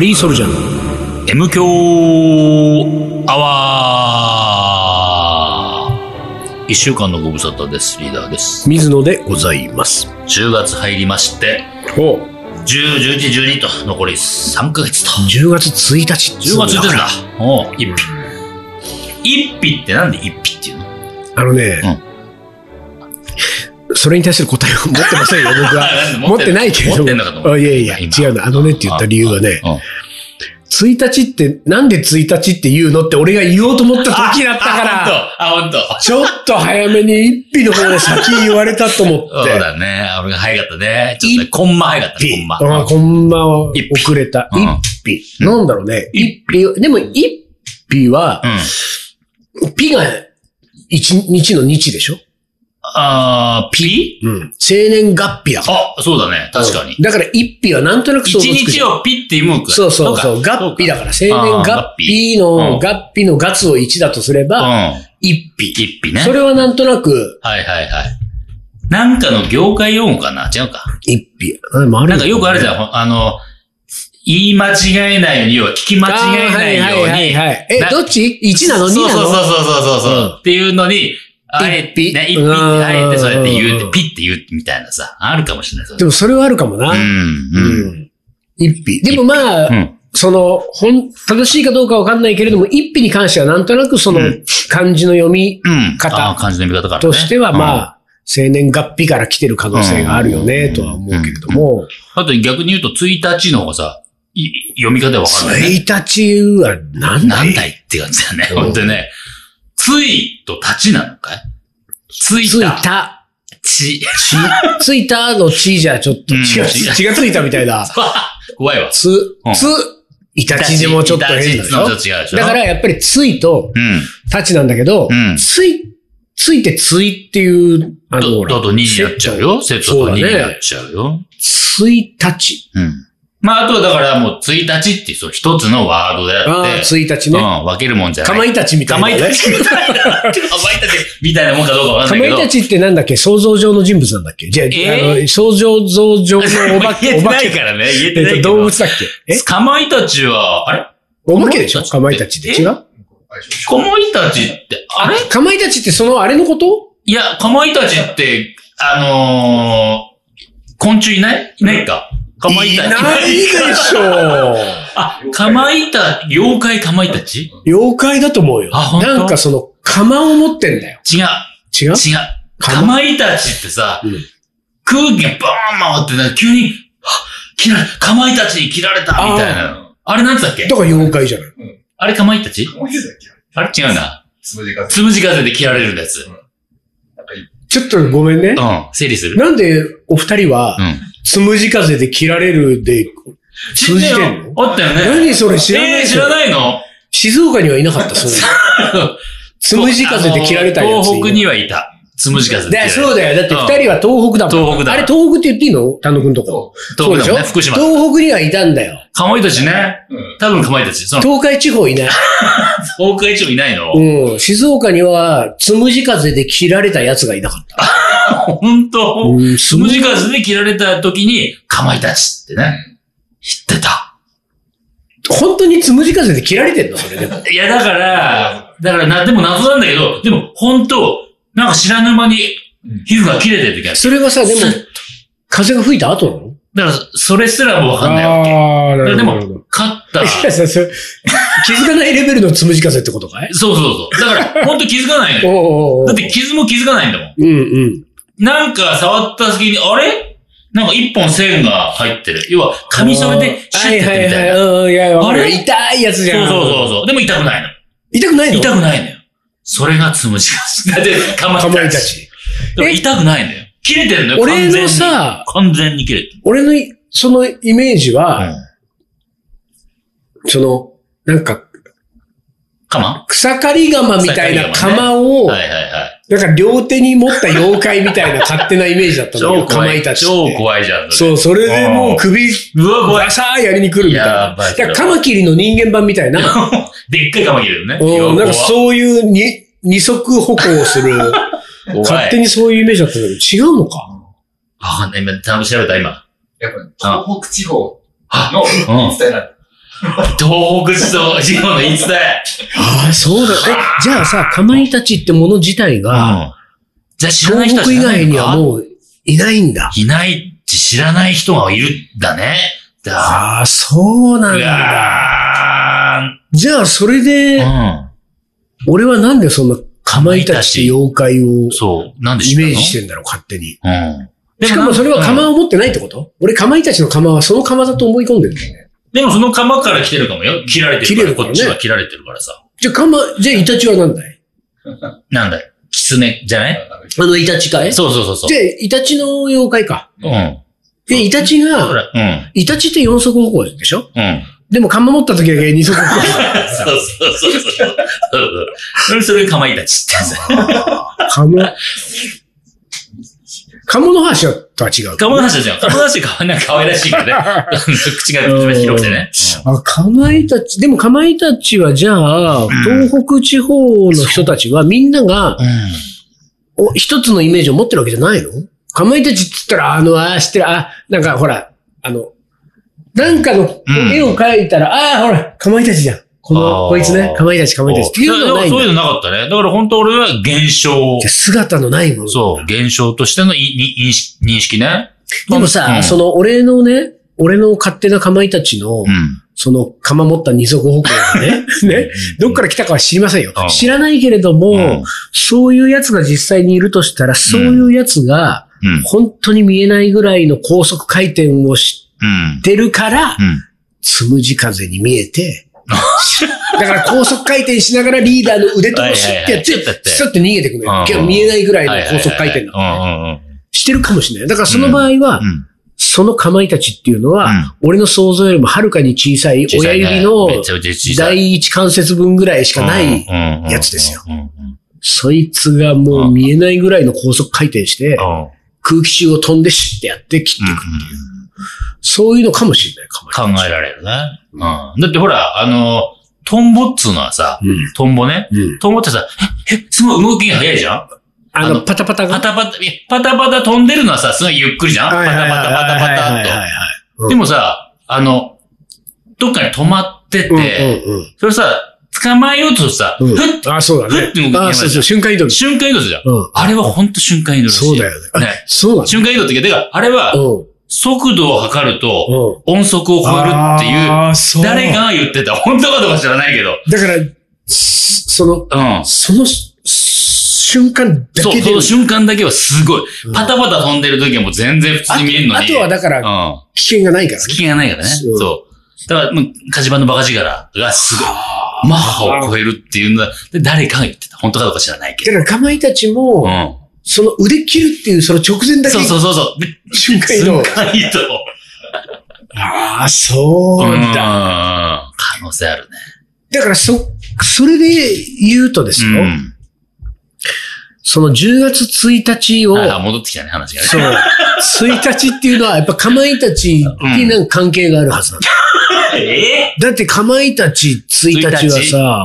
リーソルジャー M 強アワー一週間のご無沙汰です。リーダーです。水野でございます10月入りまして、お10、11、12と残り3ヶ月と。 10月1日10月1日だ。おう、一うん匹。一匹ってなんで一匹っていうの。あのね、それに対する答えを持ってませんよ、僕は 持持っっててなないいけれど持ってんのかと思ったも。あいやいや、違今うの。あのねって言った理由はね、1日って、なんで1日って言うのって俺が言おうと思った時だったから、あ、ほんと。あ、ちょっと早めに一匹の方で先言われたと思ほんと。っ そうて。だね。俺が早かったね。ちょっとね、コンマ早かったね。コンマ。あこんばんは一匹遅れた。うん一匹。なんだろうね。一匹。でも一匹は、うん。ピが一日の日でしょあー、ピうん。生年月日だから。あ、そうだね。確かに。だから一匹はなんとなく一想像つくじ日ゃん。をピって読むくらいそうそうそう。月日だから。生年月日うんの、月日の月を1だとすれば、ら。うん。一匹。一匹ね。それはなんとなく、はいはいはい。なんかの業界用語かな違うか。一匹。なんかなんかよくあるじん。ゃん。あの、言い間違えないように、要は聞き間違えないようあーはいはいに。はいはい。えな、どっち ?1 なの ?2 そうなそうそうのそうそうそうう。っていうのに、あえて、一匹ね一う匹、んあえてそうやって言ううって、んピって言うみたいなさ、あるかもしれない。それでもそれはあるかもな。うん、うん。ん。一匹。でもまあう、ん。その、ほん、正しいかどうかわかんないけれども、一匹に関してはなんとなくそのうん漢字の読みうん。方あー漢字の見方からね。としてはまうんあ、生年月日から来てる可能性があるよね、とは思うけれども、あと逆に言うと、1日の方がさ、い読み方わかんない、ね。 1日はなんだないんだいって感じだね。うんほんとね。ついと立ちなのかいついついた。た。ち。ち、ついたのちじゃちょっとうん血が、違う血がついたみたいな。 怖いわ。つうん、つ、いたちでもちょっと変立でちしのょちょっと違うでしょ。だか、らやっぱりついとうん。たちなんだけどうん、つい、ついてついっていう、あだの、だと2になっちゃうよ。セットそうとだ2ねになっちゃうよ。ついたち。うん。まあ、あとはだからもう、1日ってそう一つのワードでああっあ、て、ついたちうねん、。分けるもんじゃない。かまいたちみたかいなまね、いたちみたいな。かまいたちみたいなもんかどうかわかかんなまいけど。いたちってなんだっけ想像上の人物なんだっけじゃあ、えあの、想像上のおば 言け、えおてばないけ。からね。言えてないえっけと、ど。動物だっけえかまいたちは、あれおばけでしょかまいたちって違うかまいたちって、あれかまいたちってそのあれのこといや、かまいたちって、あのー、昆虫いないいないか。かまいたち。ないでしょう。あ、かまいた、妖怪かまいたち妖怪だと思うよ。あ本当なんかその、釜を持ってんだよ。違う、違う違う。かまいたちってさ、うん空気がバーン回って、なんか急に、はっ切られ、かまいたちに切られたみたいなの。あれなんつったっけだから妖怪じゃない。あれかまいたちかまいたちだっけあれ違うな。つむじがつむじ風で切られるやつ。うちょっとごめんね。ん。整理する。なんでお二人はう、ん。つむじ風で切られるで、知通ってじるてんのあったよね。何それ知らないえー、で知しょらないの静岡にはいな かった、そういうのつむじ風で切られたやつ。東北にはいた。つむじ風で切らだれた。そうだよ。だって二人は東北だもん。東北だあれ東北って言っていいの丹野くんとこ。東北だもんね。そう福でしょ島。東北にはいたんだよ。かまいたちね。多分かまいたち。その、東海地方いない。東海地方いないのうん。静岡には、つむじ風で切られた奴がいなかった。本当うんつむじ風で切られた時に、かまいたちってね。知ってた。本当につむじ風で切られてんのそれでも。いや、だから、だからな、でも謎なんだけど、でも本当、なんか知らぬ間に皮膚が切れてる時ある。それは さ、でも、風が吹いた後なのだから、それすらもわかんないわけ。ああ、なでるほどなるほど。も、勝ったら、 いやさそれ気づかないレベルのつむじ風ってこと かいそうそうそう。だから、ほんと気づかないのおよ。うおうおうだって傷も気づかないんだもん。うんうん。なんか触った隙に、あれなんか一本線が入ってる。要は、カミソリでシュはいッてやっはていみたはいい。な。うん、いや、わかあるれ痛いやつじそゃ。うんそうそうそう。でも痛くないの。痛くないの痛くないのよ。それがつむじがし。 だって、かまかまいいたたち。ち。でも痛くないのよ。切れてるのよ。俺の完さ、全に、完全に切れてる。俺のいそのイメージは、その、なんか、かま草刈り釜みたいな草刈り釜を、はいはいはい。なんか両手に持った妖怪み たいな勝手なイメージだったんだけ超ど、か怖まいい。たちっ超て。怖いじゃん。れそう、それでもう首、うわ、怖いバ。サーやりに来るみたいやな。ばいだからカマキリの人間版み たいな、でっかいカマキリだよね。うんなんかう。そういうに二足歩行をする、怖勝い手。にそういうイメージだったんだけど、違うのかわかんない。今、ちゃんと調べた、今。やっぱね東北地方のうん。伝えられる。東北地層、地方の言い伝え。ああ、そうだ。え、じゃあさ、かまいたちってもの自体が、じゃあ知らない東北以人は知らない外にはう。もういないんだ。いないって知らない人がいるんだね。だ。ああ、そうなんうだ。わじゃあ、それーで、う俺はなんでそんなかまいたちって妖怪をん。そう。なんで知イったのメージしてんだろう、勝手に。うん。でしかもそれはうん釜を持ってないってこと、俺、かまいたちの釜はその釜だと思い込んでるんだよね。でもその釜から来てるかもよ。切られてる切れから、るかこらっねちは切られてるからさ。じゃあ、釜、じゃあ、イタチはなんだいなんだよ。キツネじゃないあの、イタチかいそうそうそうそうじ。ゃあ、イタチの妖怪か。うん。で、イタチほが、ら。うん。イタチって四足歩行でしょうん。でも、釜持った時だけ二足歩行。そうそうそうそう。そうそうそれそれかまいたちってやつ。 釜。鴨の橋とは違う。かまなしじゃん。かまなしかなんか可愛らしいからね。 口が広くてね。あ、かまいたち、でもかまいたちはじゃあ、東北地方の人たちはみんながうん。お一つのイメージを持ってるわけじゃないのかまいたちって言ったら、あの、ああ、知ってる、あ、なんかほら、あの、なんかのうん絵を描いたら、ああ、ほら、かまいたちじゃん。このあ、ーこいつね、かまいたち、かまいたちっていうのはないんそういだ。うのなかったね。だから本当俺は現象じゃあ姿のないもの。そう、現象としてのいに認識認識ね。でもさ、うんその、俺のね、俺の勝手なかまいたちの、うん。その、釜持った二足歩行が ね、ね、どっから来たかは知りませんようん。知らないけれども、うんそういうやつが実際にいるとしたら、そういうやつが、うん。本当に見えないぐらいの高速回転をしうん。てるから、うん。つむじ風に見えて、 だから高速回転しながらリーダーの腕とかシュッてやっはいはいはいちょっとやってて、スッて逃げてくのうんよ。今日見えないぐらいの高速回転うだ。んうんしてるかもしれない。だからその場合はう、ん。そのかまいたちっていうのは、うん俺の想像よりもはるかに小さい親指のめちゃめちゃ小さい第一関節分ぐらいしかない、いやつですよ。うんうんうんそいつがもう見えないぐらいの高速回転して、うん空気中を飛んでシュッてやって切っていく。そういうのかもしれない。かもし考えられるね。うん。だってほら、あの、トンボっつうのはさ、れないトンボね。うん。うん。トンボってさ、え、えすごい動きが速いじゃんああの、のパタパタパが。タパタ、えパタパタ飛んでるのはさ、すごいゆっくりじゃんはパタパいはいタはいパタパはいはいタはいパはいタと。でもさ、あの、どっかに止まってて、うんうんそれさ、捕まえようとさ、ふうん。っうん。あ、そうだふって動ねき。があ、そうそう、瞬間移動です。瞬間移動するじゃん。うん。あれはほんと瞬間移動らしい。そうだよね。あねそうなんだ。瞬間移動って、てか、あれはう、ん。速度を測ると、うん。音速を超えるっていう、あーそう誰が言ってた本当かどうか知らないけど。だから、そその、うん。そのし瞬間だそけでう、その。瞬間だけはすごい。うんパタパタ飛んでる時はもう全然普通に見えるのあに。とはだかうら、ん。危険がないからね。隙がないからね。そうそう。だから、もう、火事場のバカ力がすごい。マッハを超えるっていうのは、で誰かが言ってた。本当かどうか知らないけだから、かまいたちも、ど。うん。その腕切るっていう、その直前だけそうそうそうそう。で瞬間移瞬動。間移動。ああ、そううん。だ。可能性あるね。だから、そ、それで言うとですよ、うその10月1日を、ん。あ、戻ってきたね、話がね。そう、1日っていうのは、やっぱかまいたちになんか関係があるはずなんだ。 ええだって、かまいたち1日はさ、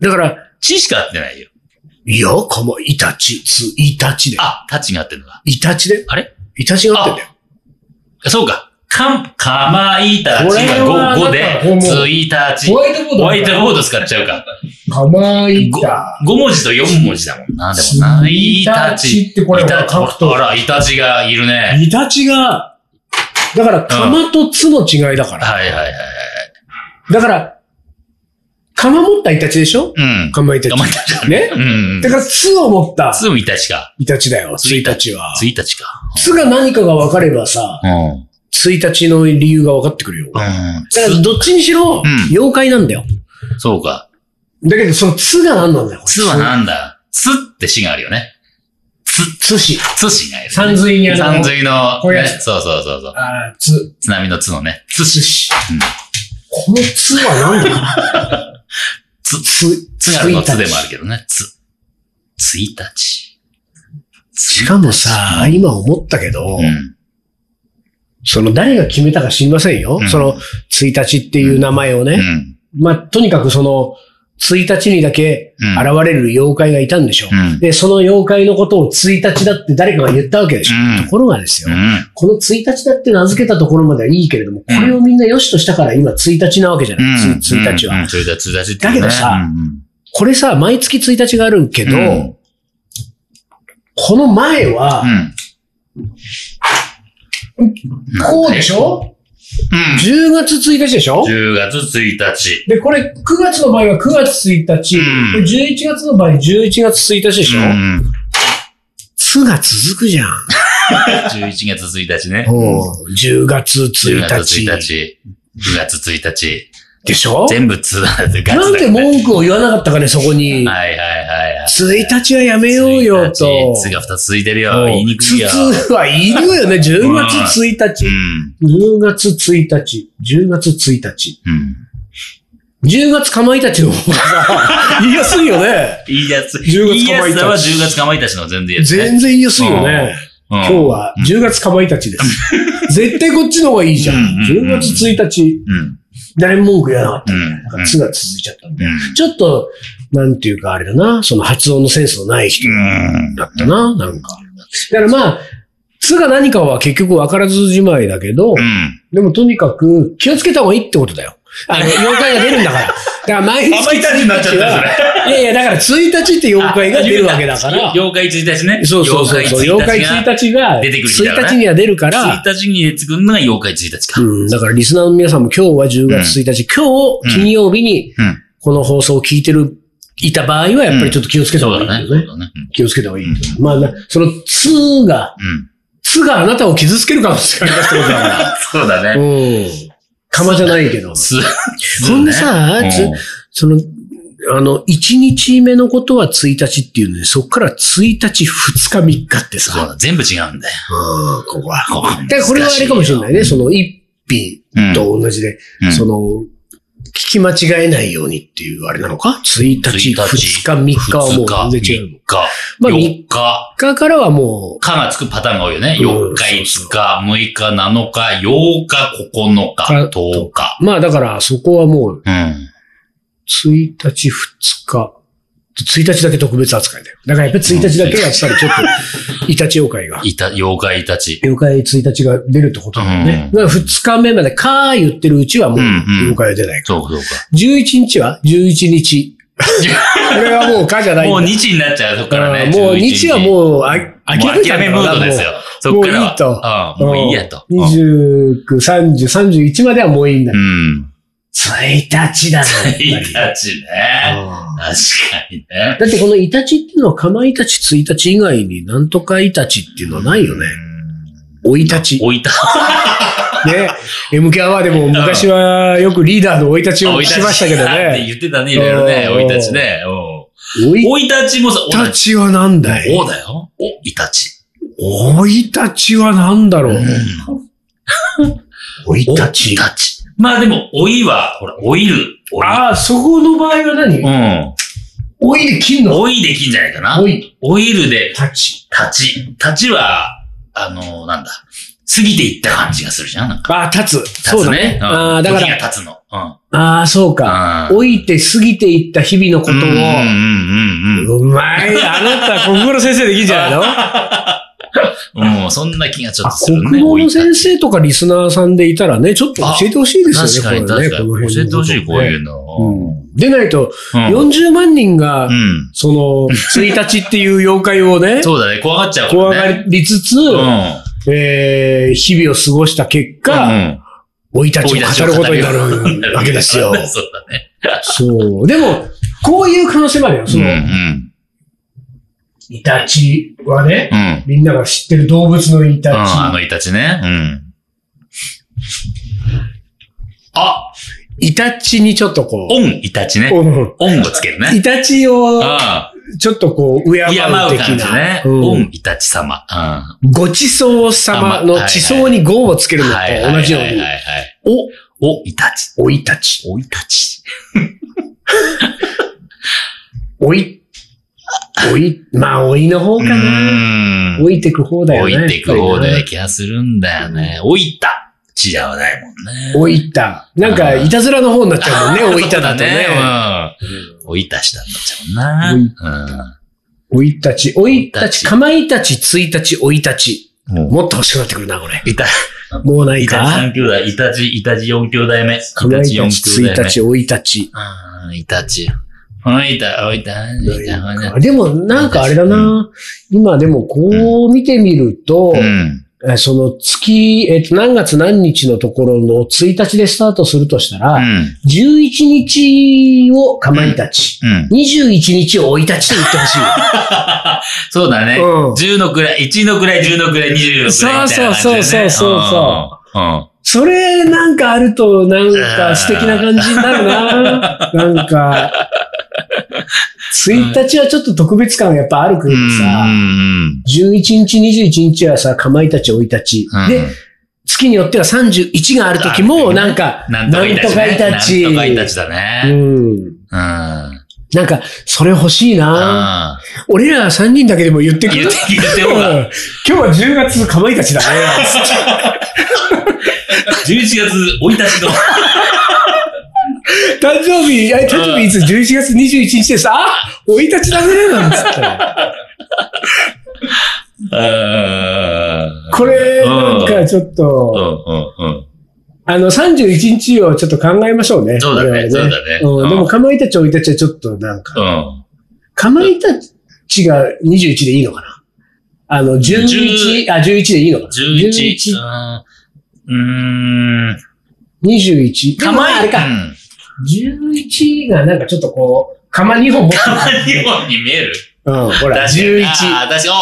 だから、ちしか合ってないよ。いや、かまいたち、つ、いたちで。あ、タッチが合ってるのか。いたちで。あれいたちがあってんだよ。そうか。かん、かまいたこちれはが5なんでか、もうついたち。ホホワイトボードワイだトボード使っちゃうか。かまいた。 5文字と4文字だもんな、でもな。いたち。ってこイタチ、あら、イタチがいるね。イタチが、だから、釜とつの違いだから。はいはいはい。だから、釜持ったイタチでしょうん。釜イタかまいたチ。ねう。んだ。から、つを持ったすぐイタチか。イタチだよ、つイタチは。つイタチか。つが何かが分かればさ、うん。うん。つイタチの理由が分かってくるよ。だから、どっちにしろう、ん妖怪なんだよ。そうか。だけど、そのつが何なんだよ。つはなんだつって死があるよね。つし。つ死がいる。三髄にある。三髄の、こういうねやつそうそうそうそう。あーつ。津波のつのね。つつ死。しうん。このつは何だろうつ、つ、つがるのつでもあるるけどね。つ。つイタチ。しかもさ、今思ったけど、うん。その誰が決めたか知りませんよ。うんその、1日っていう名前をうね。ん。まあ、とにかくその、 1日にだけうん現れる妖怪がいたんでしょう。うんで、その妖怪のことを1日だって誰かが言ったわけでしょ。うんところがですよ、うんこの1日だって名付けたところまではいいけれども、これをみんな良しとしたから今1日なわけじゃない、うん。つ1日は。うん。1日、1日ってだねけどさこれさ、毎月1日があるけうんど、うんこの前はう、ん。こうでしょう ?10 月1日でしょん。10月1日。で、これ9月の場合は9月1日、うんこれ11月の場合11月1日でしょ、うん。つが続くじゃん。 11月1日ね。おう10月1 10月日。 1日。9月1日。でしょ全部つだってガなツんだでよね文句を言わなかったかね、そこに。はいはいはいはい。 1日はやめようよと。 1日つが2つついてるよ。うん言いにくいよ。つつは言いにくいよね。10月1う日。10ん。月1日。10月1日。うん。 10月かまいたちの方がさ、言いやすいよね。いいやつ。 10いい月かやまいたちつは10月かまいたちの全然やつね。全然言いやすいよね。今今日は10月かまいたちです。 絶対こっちの方がいいじゃん。うん10月1日、うん。誰も文句言わなかったうん。なんか、つが続いちゃったんだようんちょっと、なんていうかあれだな、その発音のセンスのない人うん。だったな、なんか。だからまあ、つが何かは結局分からずじまいだけど、うん。でもとにかく気をつけた方がいいってことだよ。あ の、妖怪が出るんだから。だから毎かま日。いたちになっちゃったよそいれやいや、だから1日って妖怪が出るわけだから。妖怪1日ね。そうそうそうそう。妖怪1日が、出てくる日だよね1日には出るから、 1日に出てくるのが妖怪1日か。うん、だからリスナーの皆さんも今日は10月1日、今日金曜日にうん。この放送を聞いてる、いた場合はやっぱりちょっと気をつけたそ方うがだいね。いそよね。うだね。気をつけた方がいいよ。まあな、その2が、うん。 2があなたを傷つける可能性がありますってことだかそうだら。ね。うん。かまじゃないけど。す、ほんでさ、つうんその、あの、1日目のことは1日っていうのに、そっから1日、2日、3日ってそうさ、だ、全部違うんだよ。うん、ここは。ここ難しだいよからこれはあれかもしれないね。その一品うんと同じで、うんその、聞き間違えないようにっていうあれなのか ?1 日、2日、3日はもう全然違うの。か。まあ4 3日。日からはもう、かがつくパターンが多いよね。うん4日、5日、6日、7日、8日、9か日、10日。まあだからそこはもう、うん。 1日、2日、1日だけ特別扱いだよ。だからやっぱり1日だけやっぱりちょっと、イタチ妖怪が。いた、妖怪たち。妖怪1日が出るってことだよね。うだから2日目までかー言ってるうちはもううんうん妖怪は出ない。そうか、そうか。 11日は ?11 日。これはもうかじゃないんだもう日になっちゃう、そっからね。あーもう日はう、もう、あ、諦め諦めちゃったムードですよ。そっからは。うん、もういいやと。うん29、30、31まではもういいんだ。うん。 1日だな。やっぱりイタチね。あー確かにね。だってこのイタチっていうのは、かまいたち、1日以外になんとかイタチっていうのはないよね。おいたち。ね。おいた、 MK アワーでも昔はよくリーダーのおいたちをおいたしましたけどってね。言ってたね、いろいろね。うんおいたちね。うんおいおいたちもさ、おただち。ちはなんだいおだよ。お、いたち。おいたちはなんだろうおいおたちい。たち。まあでも、おいは、ほら、おいる。おい。ああ、そこの場合は何うん。おいで切んおいできんじゃないかな。い。おいるで、たち。立ち。立ちは、あの、なんだ。過ぎていった感じがするじゃん。なんかああ、立つ。立そうつだねね。。うんああ、だか時ら、が立つの。うん。ああ、そうか。い老いて過ぎていった日々のこうんうんうんとうんを。うまい。あなた、国語の先生できんじゃないのあ、うん。うん、そんな気がちょっとするね。国語の老先い生とかリスナーさんでいたらね、ちょっと教えてほしいでたすちよ確かね、にこれね確かに。教えてほしい、こういう。の。この辺のことねうんでないと、40万人がう、ん。その、1日っていう妖怪をうねん。、そうだね、怖がっちゃうからね。怖がりつつ、えー日々を過ごした結うん。う果、ん老いたちを語ることになるわけですよ。そうだね。そう。でも、こういう可能性もあるよ。その、うんイタチはね、うん。うん。みんなが知ってる動物のイうん、タチ。あのイタチね。うん。あ、イタチにちょっとこうオンイタチね。うん、オンをつけるね。イタチをあちょっとこう、敬うあ。敬う感的じなね。。オうんンイタチ様。うん。ごちそうさまの地層にゴをつけるのと同じようはいには、いはいお、お、イタチ。おいたち、おイタチ。おい、おい、まあ、おいの方うかーな。ん。おいてく方だよ置ね。いてくや方っぱでり気がするんだよね。置いた。血じゃないもんね。 な。おいた。なんか、いたずらの方になっちゃうもんね、おいただとそうね。だね。うんおいたしたんだっちゃうな。おいたち、おいたち、かまいたち、ついたち、おいたち。うん。ももっと欲しくなってくるな、これ。う、いた、もうないいたちか三兄弟、いたち、いたち四兄弟目。いかまたいち四たち、つ兄い弟た目。ち、おいたち。うん、いたち。おいた、おいた、おいた、おいた。でも、なんかあれだな。今でも、こう見てみると、うん。えその月、えっと、何月何日のところの1日でスタートするとしたら、うん。 11日をかまいたち、うん。 21日をおいたちと言ってほしい。そうだね。うん10のくらい、1のくらい、10のくらい、20のくらいみたいな感じだね。そうそうそうそうそうん。うん。それなんかあると、なんか素敵な感じになる な。なんか、1日はちょっと特別感がやっぱあるくうらんいさ、うん11日、21日はさ、かまいたち、おいたち。うん。で、月によっては31がある時も、なんか、ななんんととかかいいたたち。ち、ね。なんとかいたちだうね。ん。うん。うん。なんか、それ欲しいな。俺ら3人だけでも言ってく言るっ。て、言ってうんもらう。今日は10月かまいたちだ ね。 11月、おいたちの。誕生日、あれ誕生日いつ ?11 月21日です。あおいたちだねなんつって。うんこれ、なんうんかちょっうと、んうんうん。あの、31日をちょっと考えましょうね。そうだね我々そうだねうんうんでも、かまいたち、おいたちはちょっとなんか、うん。かまいたちが21でいいのかなあの、11、あ、11でいいのかな11。うん。うーん。 21。でもまああれうか。ん11がなんかちょっとこう、釜2本持ってる。釜2本に見えるうん、ほ 確ら、かに11。あー、確かに、お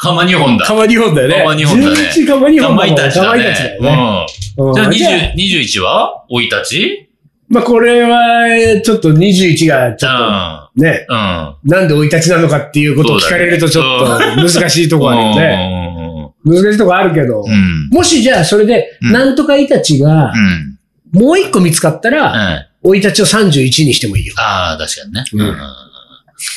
釜2本だ。釜2本だよね。釜二本だね11釜2か本だまもいんたちだ釜いたちねだ。よね。ううんん。じゃあじゃあ20 21はおいたちまあこれは、ちょっと21がちうょっん。とね、うん。なんで生い立ちなのかっていうことを聞かれるとちょっとそう 難しいとこあるよね。ね。難しいとこあるけどう。ん。もしじゃあそれで、うんなんとかイタチがう、ん。もう一個見つかったうん。ら、あ生い立ちを31にしてもいいよ。あー、確かにね。うんうん。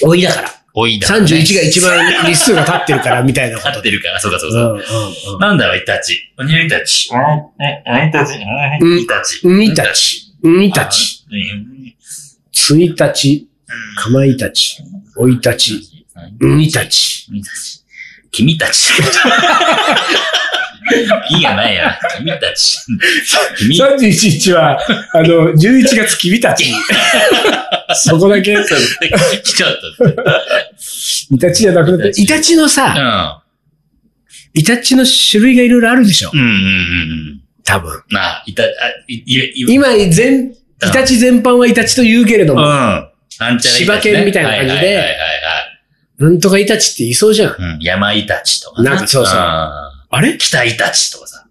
老いだから。おいだ。 31が一番日数が経ってるから、みたいなこ合とってるから、そうかそううか。んうんなんだろう、いたち。おにいたち。うん。いたうち。んいたち。うん。イタチ、イタチ、うん。ツイタチ、かまいたち、おいたち、うんイタチ。君たち。君たち。いがないや。君たち。君31日は、あの、11月君たち。そこだけ、来ちゃった。イタチじゃなくなって、イタチのさ、イタチの種類がいろいろあるでしょうん。うんうんうんうん。多分。なあ、いた、あ、い、い、い、今、全、イタチ全般はイタチと言うけれどうん。も、なんちゃらイタチね柴犬みたいな感じではいはいはいはいなんとかイタチって言いそうじゃん。はい。うん。山イタチとかね。なんかそうそうんあれ北イタチとかさ。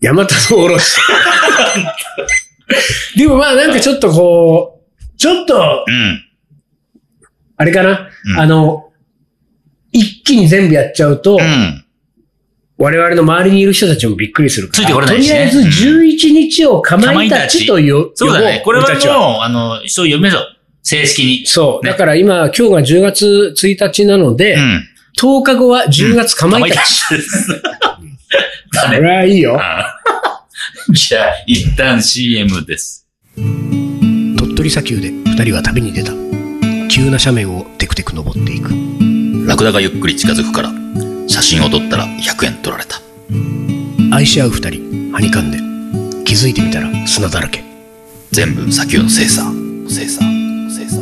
ヤマタノオロシ。でもまあなんかちょっとこう、ちょっと、うん。あれかな、うんあの、一気に全部やっちゃうと、うん。我々の周りにいる人たちもびっくりするから。ついてこれないしねとりあえず11日をかまいたちと呼ぶ。そうだ呼ぼね。これは俺たちもう、あの、そう読めそう。正式に。そう。ねだから今、今日が10月1日なので、うん。 10日後は10月かまいたち。ち。これはいいよ。うん じゃあ、一旦 CM です。鳥取砂丘で2人は旅に出た。急な斜面をテクテク登っていく。ラクダがゆっくり近づくから、写真を撮ったら100円取られた。愛し合う2人、はにかんで。気づいてみたら砂だらけ。全部砂丘の精査。精査。精査。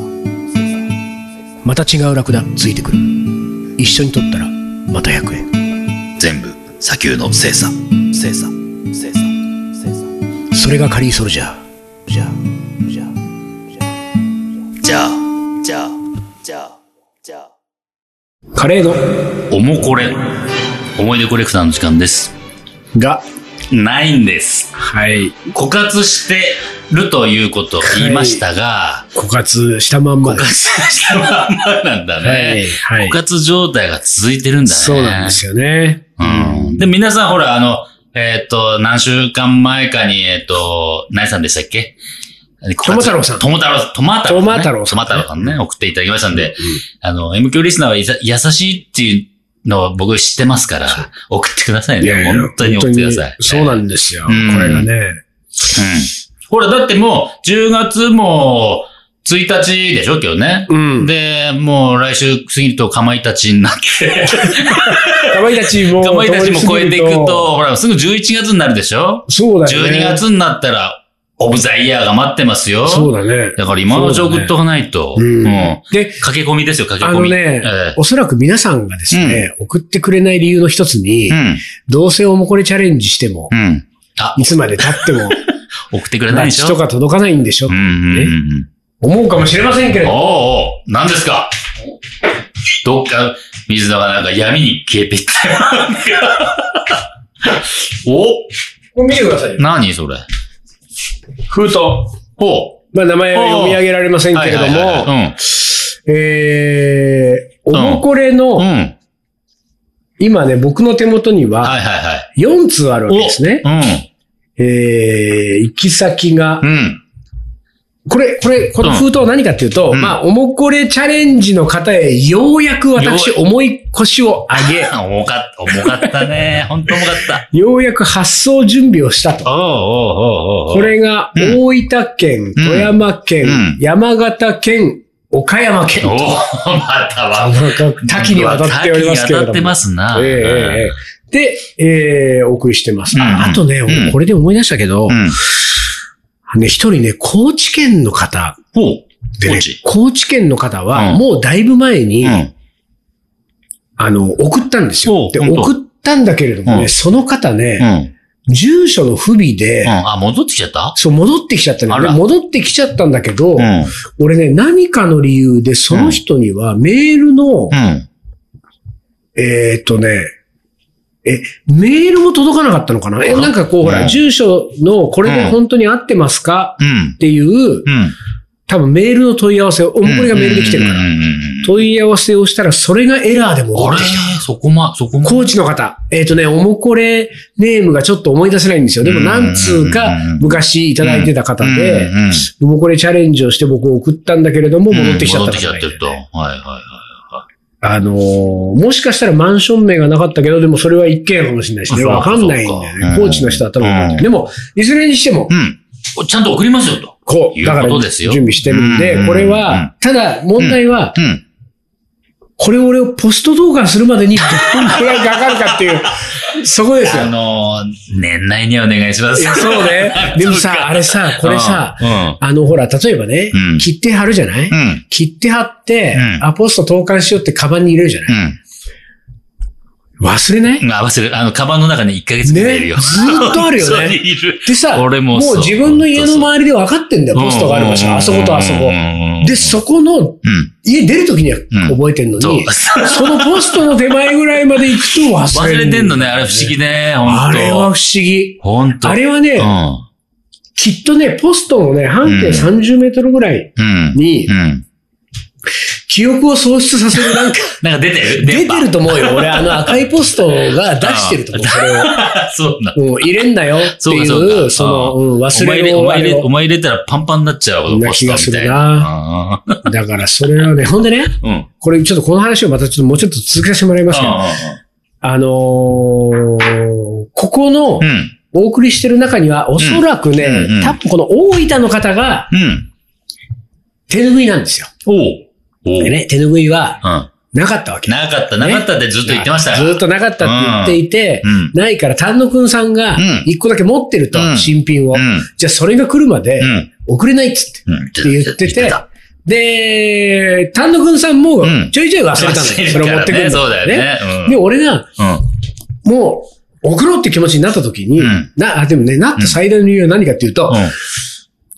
また違うラクダついてくる。一緒に撮ったらまた100円。全部砂丘の精査。精査。精査。精査。それがカリーソルジャー。じゃあ、じゃあ。じゃあ、じゃあ、じゃあ、じゃあ。カレーのおもこれ。思い出コレクターの時間です。が、ないんです。はい。枯渇してるということを言いましたが、枯渇したまんまで枯渇したまんまなんだね。は枯渇状態が続いてるんだね。そうなんですよね。うん。で、皆さん、ほら、あの、えっ、と、何週間前かに、えっ、と、何さんでしたっけ友太郎さん友太郎さん。友太郎友太郎ささんんね。友太郎さんね、送っていただきましたんで、あの、M 級リスナーはいざ優しいっていうのを僕知ってますから、送ってくださいいやいね。や本当に送ってください。そうなんですよ。うんこれがね。うんほら、だってもう、10月も、 1日でしょ、今日ね。うん。で、もう来週過ぎるとかまいたちになって、かまいたちも。かまいたちも超えていく通り過ぎると、。ほら、すぐ11月になるでしょそうだよね。 ?12 月になったら、オブザイヤーが待ってますよ。そうだね。だから今のうち送っとかないと。ううんん。で、駆け込みですよ、駆あけ込のみ。ね、えおそらく皆さんがですね、送ってくれない理由の一つに、えうん。どうせおもこれチャレンジしても、うん。あい、つまで経っても、送ってくれ ないでし街とょか届かないんでしょう、んうんうん思うかもしれませんけうれん。おど、うおう何ですかどっか、水野がなんか闇に消えていったよ。 おこれ見てくださいよ。何それ封筒。おうまあ、名前は読み上げられませんけれどはいはいはいも、はいえー、おもこれの、うん。うん。今ね、僕の手元にはは、いは4通あるいわはい。けですね。えー、行き先がお。う、ん。うん。これ、これ、この封筒は何かっていうと、うんまあ、おもこれチャレンジの方へ、ようやく私、よ重い腰を上げ、重かった、重かっ たね。本当重かった。ようやく発送準備をしたと。おうおうおうおうおうこれが、うん大分県、うん富山県、うん山形県、岡山県おうまたは。多岐にわたっておりますけれども。多岐にわたってますな。ええええで、えーお送りしてます。あうんあとね、うんこれで思い出したけど、うん。ね、一人ね、高知県の方ほう。でね高知、高知県の方は、うんもうだいぶ前に、うん。あの、送ったんですおよう。で、本当送ったんだけれどもね、うんその方うね、ん。住所の不備で、うんあ、戻ってきちゃったそう、戻ってきちゃったんだよねあら戻ってきちゃったんだけど、うん。俺ね、何かの理由で、その人には、メールの、うん。えーっとね、え、メールも届かなかったのかなえ、あらなんかこう、ほうら、ん住所の、これうでん本当に合ってますかうんっ。ていう、うん。多分メールの問い合わせを、おもこれがメールで来てるかうら。んうんうん問い合わせをしたら、それがエラーでうん。あ戻っれてきた。そこま、そこま。コーチの方、えっ、とね、おもこれネームがちょっと思い出せないんですよ。でも何通か昔いただいてた方でうん、うんうんおもこれチャレンジをして僕を送ったんだけれども、うん戻ってきちゃった戻ってきち方ゃがっいててると。はいはいはあのーもしかしたらマンション名がなかったけど、でもそれは一軒家かもしれないしね、そうかわかんないんだよそうね。かコーチの人は多分覚えてるうんでも、いずれにしてもい。、うんお。ちゃんと送りますよと。こう、いうだからこと準ですよ備してるんうんで、これは、ただ問題は、うん。これ俺をポスト動画するまでにどんくらいかかるかって いう、そこですよあ。のー、年内にはお願いしますい。や、そう ね。でもさ、あれさ、これさ、うん、あの、ほら、例えばねうん、切手貼るじゃないうん。うん。切手貼ってう、んアポスト投函しようってカバンに入れるじゃない忘れないうん。合わせる。あの、カバンの中に1ヶ月ね。くずらいいるよ。ーっとあるよ そうね。いる。でさ、俺もそうう自分の家の周りで分かってんだよ、ポポストがある場所。あそことあそこ。で、そこの、うん。家出るときにはん覚えてんのそう に、そのポストの手前ぐらいまで行くと忘忘れる。れてんのね、あれ不思議ね、ほんと。あれは不思議。ほんと。あれはね、うきっとね、ポストのね、半径うん30メートルぐらいん。うん。にう、ん。記憶を喪失させるなんか、なん か出て出る電て波ると思うよ。俺、あの赤いポストが出してると思う、それを。 そうな。うん、入れんなよっていそうかそうう、かその、うん、お忘前入れれ、おのあ前入れれ、をお。前入れたらパンパンになっちゃう。なポストみたいな。だから、それはね、ほんでね、うん。うん。これ、ちょっとこの話をまたちょっともうちょっと続けさせてもらいますけど、あのーここのう、ん。お送りしてる中には、おそらくね、うんうん多分この大分の方がうん。手拭いなんですよ。おう。おでう。うん。ね、手拭いはなかったわけ。なかった、なかったってずっと言ってましたからずっとなかったって言っていて、うん。ないから丹野くんさんがうん一個だけ持ってると、うん新品を。うん。じゃあそれが来るまでうん。送れないっつって。うん。っって言ってて、で、丹野くんさんもうんちょいちょい忘れたのよ。それを持ってくるのそうだよね。うんで、俺がうもう送ろうって気持ちになった時に、うんな、あ、でもね、なった最大の理由は何かっていうと、ん。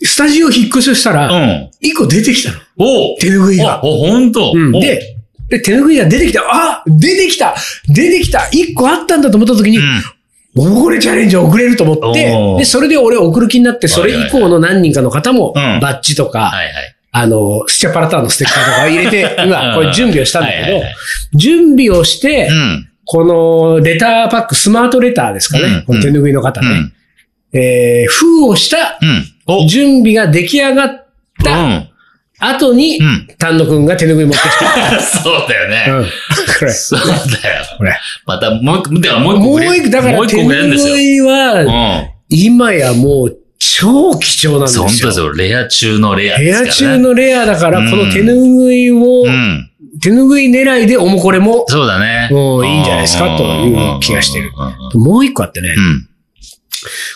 スタジオ引っ越しをしたら、うん。うん。一個出てきたの。おう。手拭いが。お、お、ほんと。うんお、で、で、手拭いが出てきた。あ出てきた出てきた一個あったんだと思った時にう、ん。おこれチャレンジ送れると思ってお、ーで、それで俺送る気になって、それ以降の何人かの方も、はいはいはいうんバッジとか、はいはい。あの、スチャパラターのステッカーとか入 れて、今、これ準備をしたんだはいはいはけいど、準備をしてう、ん。このレターパック、スマートレターですかうんね、この手拭いの方うねん。。えー封をしたうん。お、準備が出来上がったうん。後にう、ん。 丹野くんが手拭い持ってきそうだよた。うね。ん。 これ。そうだよ。これ。また、もう一個、ではもう一個もくれ。う一個、だからもう手一個くれるんですよ。拭いは、う今やもう、超貴重なんですそう、よ。本当ですよ。レア中のレアレですから、アね。中のレアだかうら、んこの手拭いを、うん。手拭い狙いでおもこれも、そうだね。もういいんじゃないですかという気がしてるうんうんうんもう一個あってね、うん。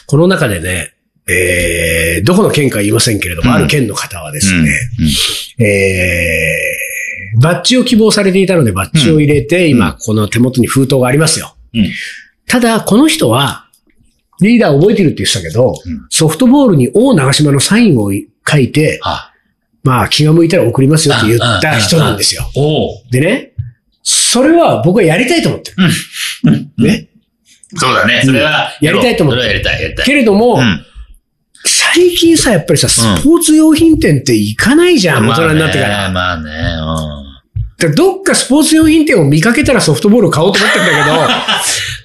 この中でね、えー、どこの県か言いませんけれども、うんある県の方はですうんね、えー、バッジを希望されていたのでバッジを入れて、今、この手元に封筒がありますよ。うんただ、この人は、リーダー覚えてるって言ってたけど、うんソフトボールに王長島のサインを書いて、あ、まあ気が向いたら送りますよって言った人なんですよ。おうでね、それは僕はやりたいと思ってる。ね。そうだね。それは、やりたいと思っそてれはやりたい、やりたい。けれども、うん。最近さ、やっぱりさ、んスポーツ用品店って行かないじゃん、大人になってから。だかまあね、まあね。うん。らどっかスポーツ用品店を見かけたらソフトボールを買おうと思ってるんだけ ど、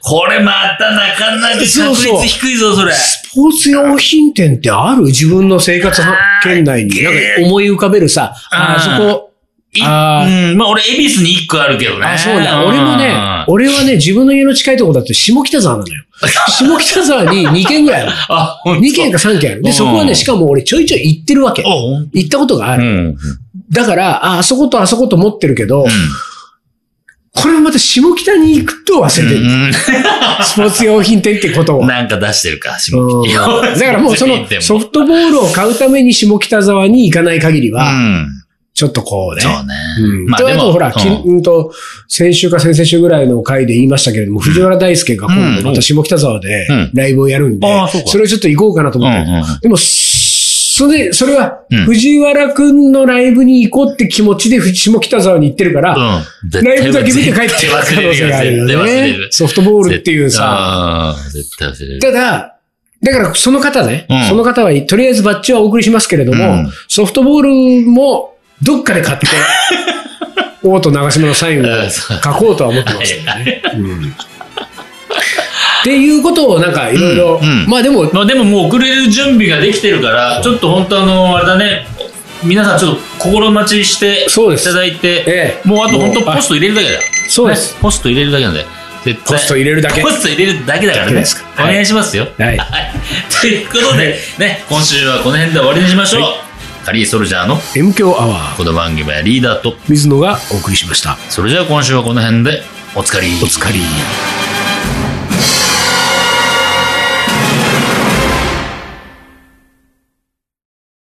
これまたなかなかそう確そう率低いぞ、それ。スポーツ用品店ってある自分の生活圏内に。なんか思い浮かべるさ、ああーあそこ、いあうん、まあ俺、恵比寿に1個あるけどね。あ、そうだ。俺もね、俺はね、自分の家の近いとこだって下北沢な のよ。下北沢に2軒ぐらいあるの。あ、ほんと2軒か3軒ある。で、そこはうね、んしかも俺ちょいちょい行ってるわけ。あ、ほん行ったことがあうる。ん。だから、あ、あそことあそこと持ってるけど、これもまた下北に行くと忘れてる。スポーツ用品店ってことを。う。うんん なんか出してるか、下北だから もうそのソフフトボールを買うために下北沢に行かない限りうは、ん。ちょっとこうね。そうね。うんまあとあでもとほら、うんきうんと、先週か先々週ぐらいの回で言いましたけれども、藤原大輔が今度また下北沢でうんライブをやるんで、ああそうかそれをちょっと行こうかなとうん思って、でも、それ、それはうん、藤原くんのライブに行こうって気持ちで下北沢に行ってるから、うん。ライブだけ見て帰ってくる可絶対忘能れ性るがあるよ絶対忘れねる。。ソフトボールっていうさ。さ。うん絶対忘れる。ただ、だからその方ね、うんその方はとりあえずバッジはお送りしますけれども、うんソフトボールもどっかで買って、 王と長島のサインをうんそう書こうとは思ってますよね。うんっていうことをなんかいろいろうんう、んまあでも、まあでももう遅れる準備ができてるから、ちょっと本当あの、あれだね、皆さんちょっと心待ちしてそうでいたす。だいて、ええ、もうあと本当ポスト入れるだけだよ。そうです。ねポスト入れるだけなんで。絶対ポスト入れるだけポスト入れるだけだからだけねですか。おはい願いしますよ。はい。はい。ということで、ね、今週はこの辺で終わりにしましょう。カリーソルジャーの M 強アワー、この番組はリーダーと、水野がお送りしました。それじゃあ今週はこの辺で、おつかり。お疲れ。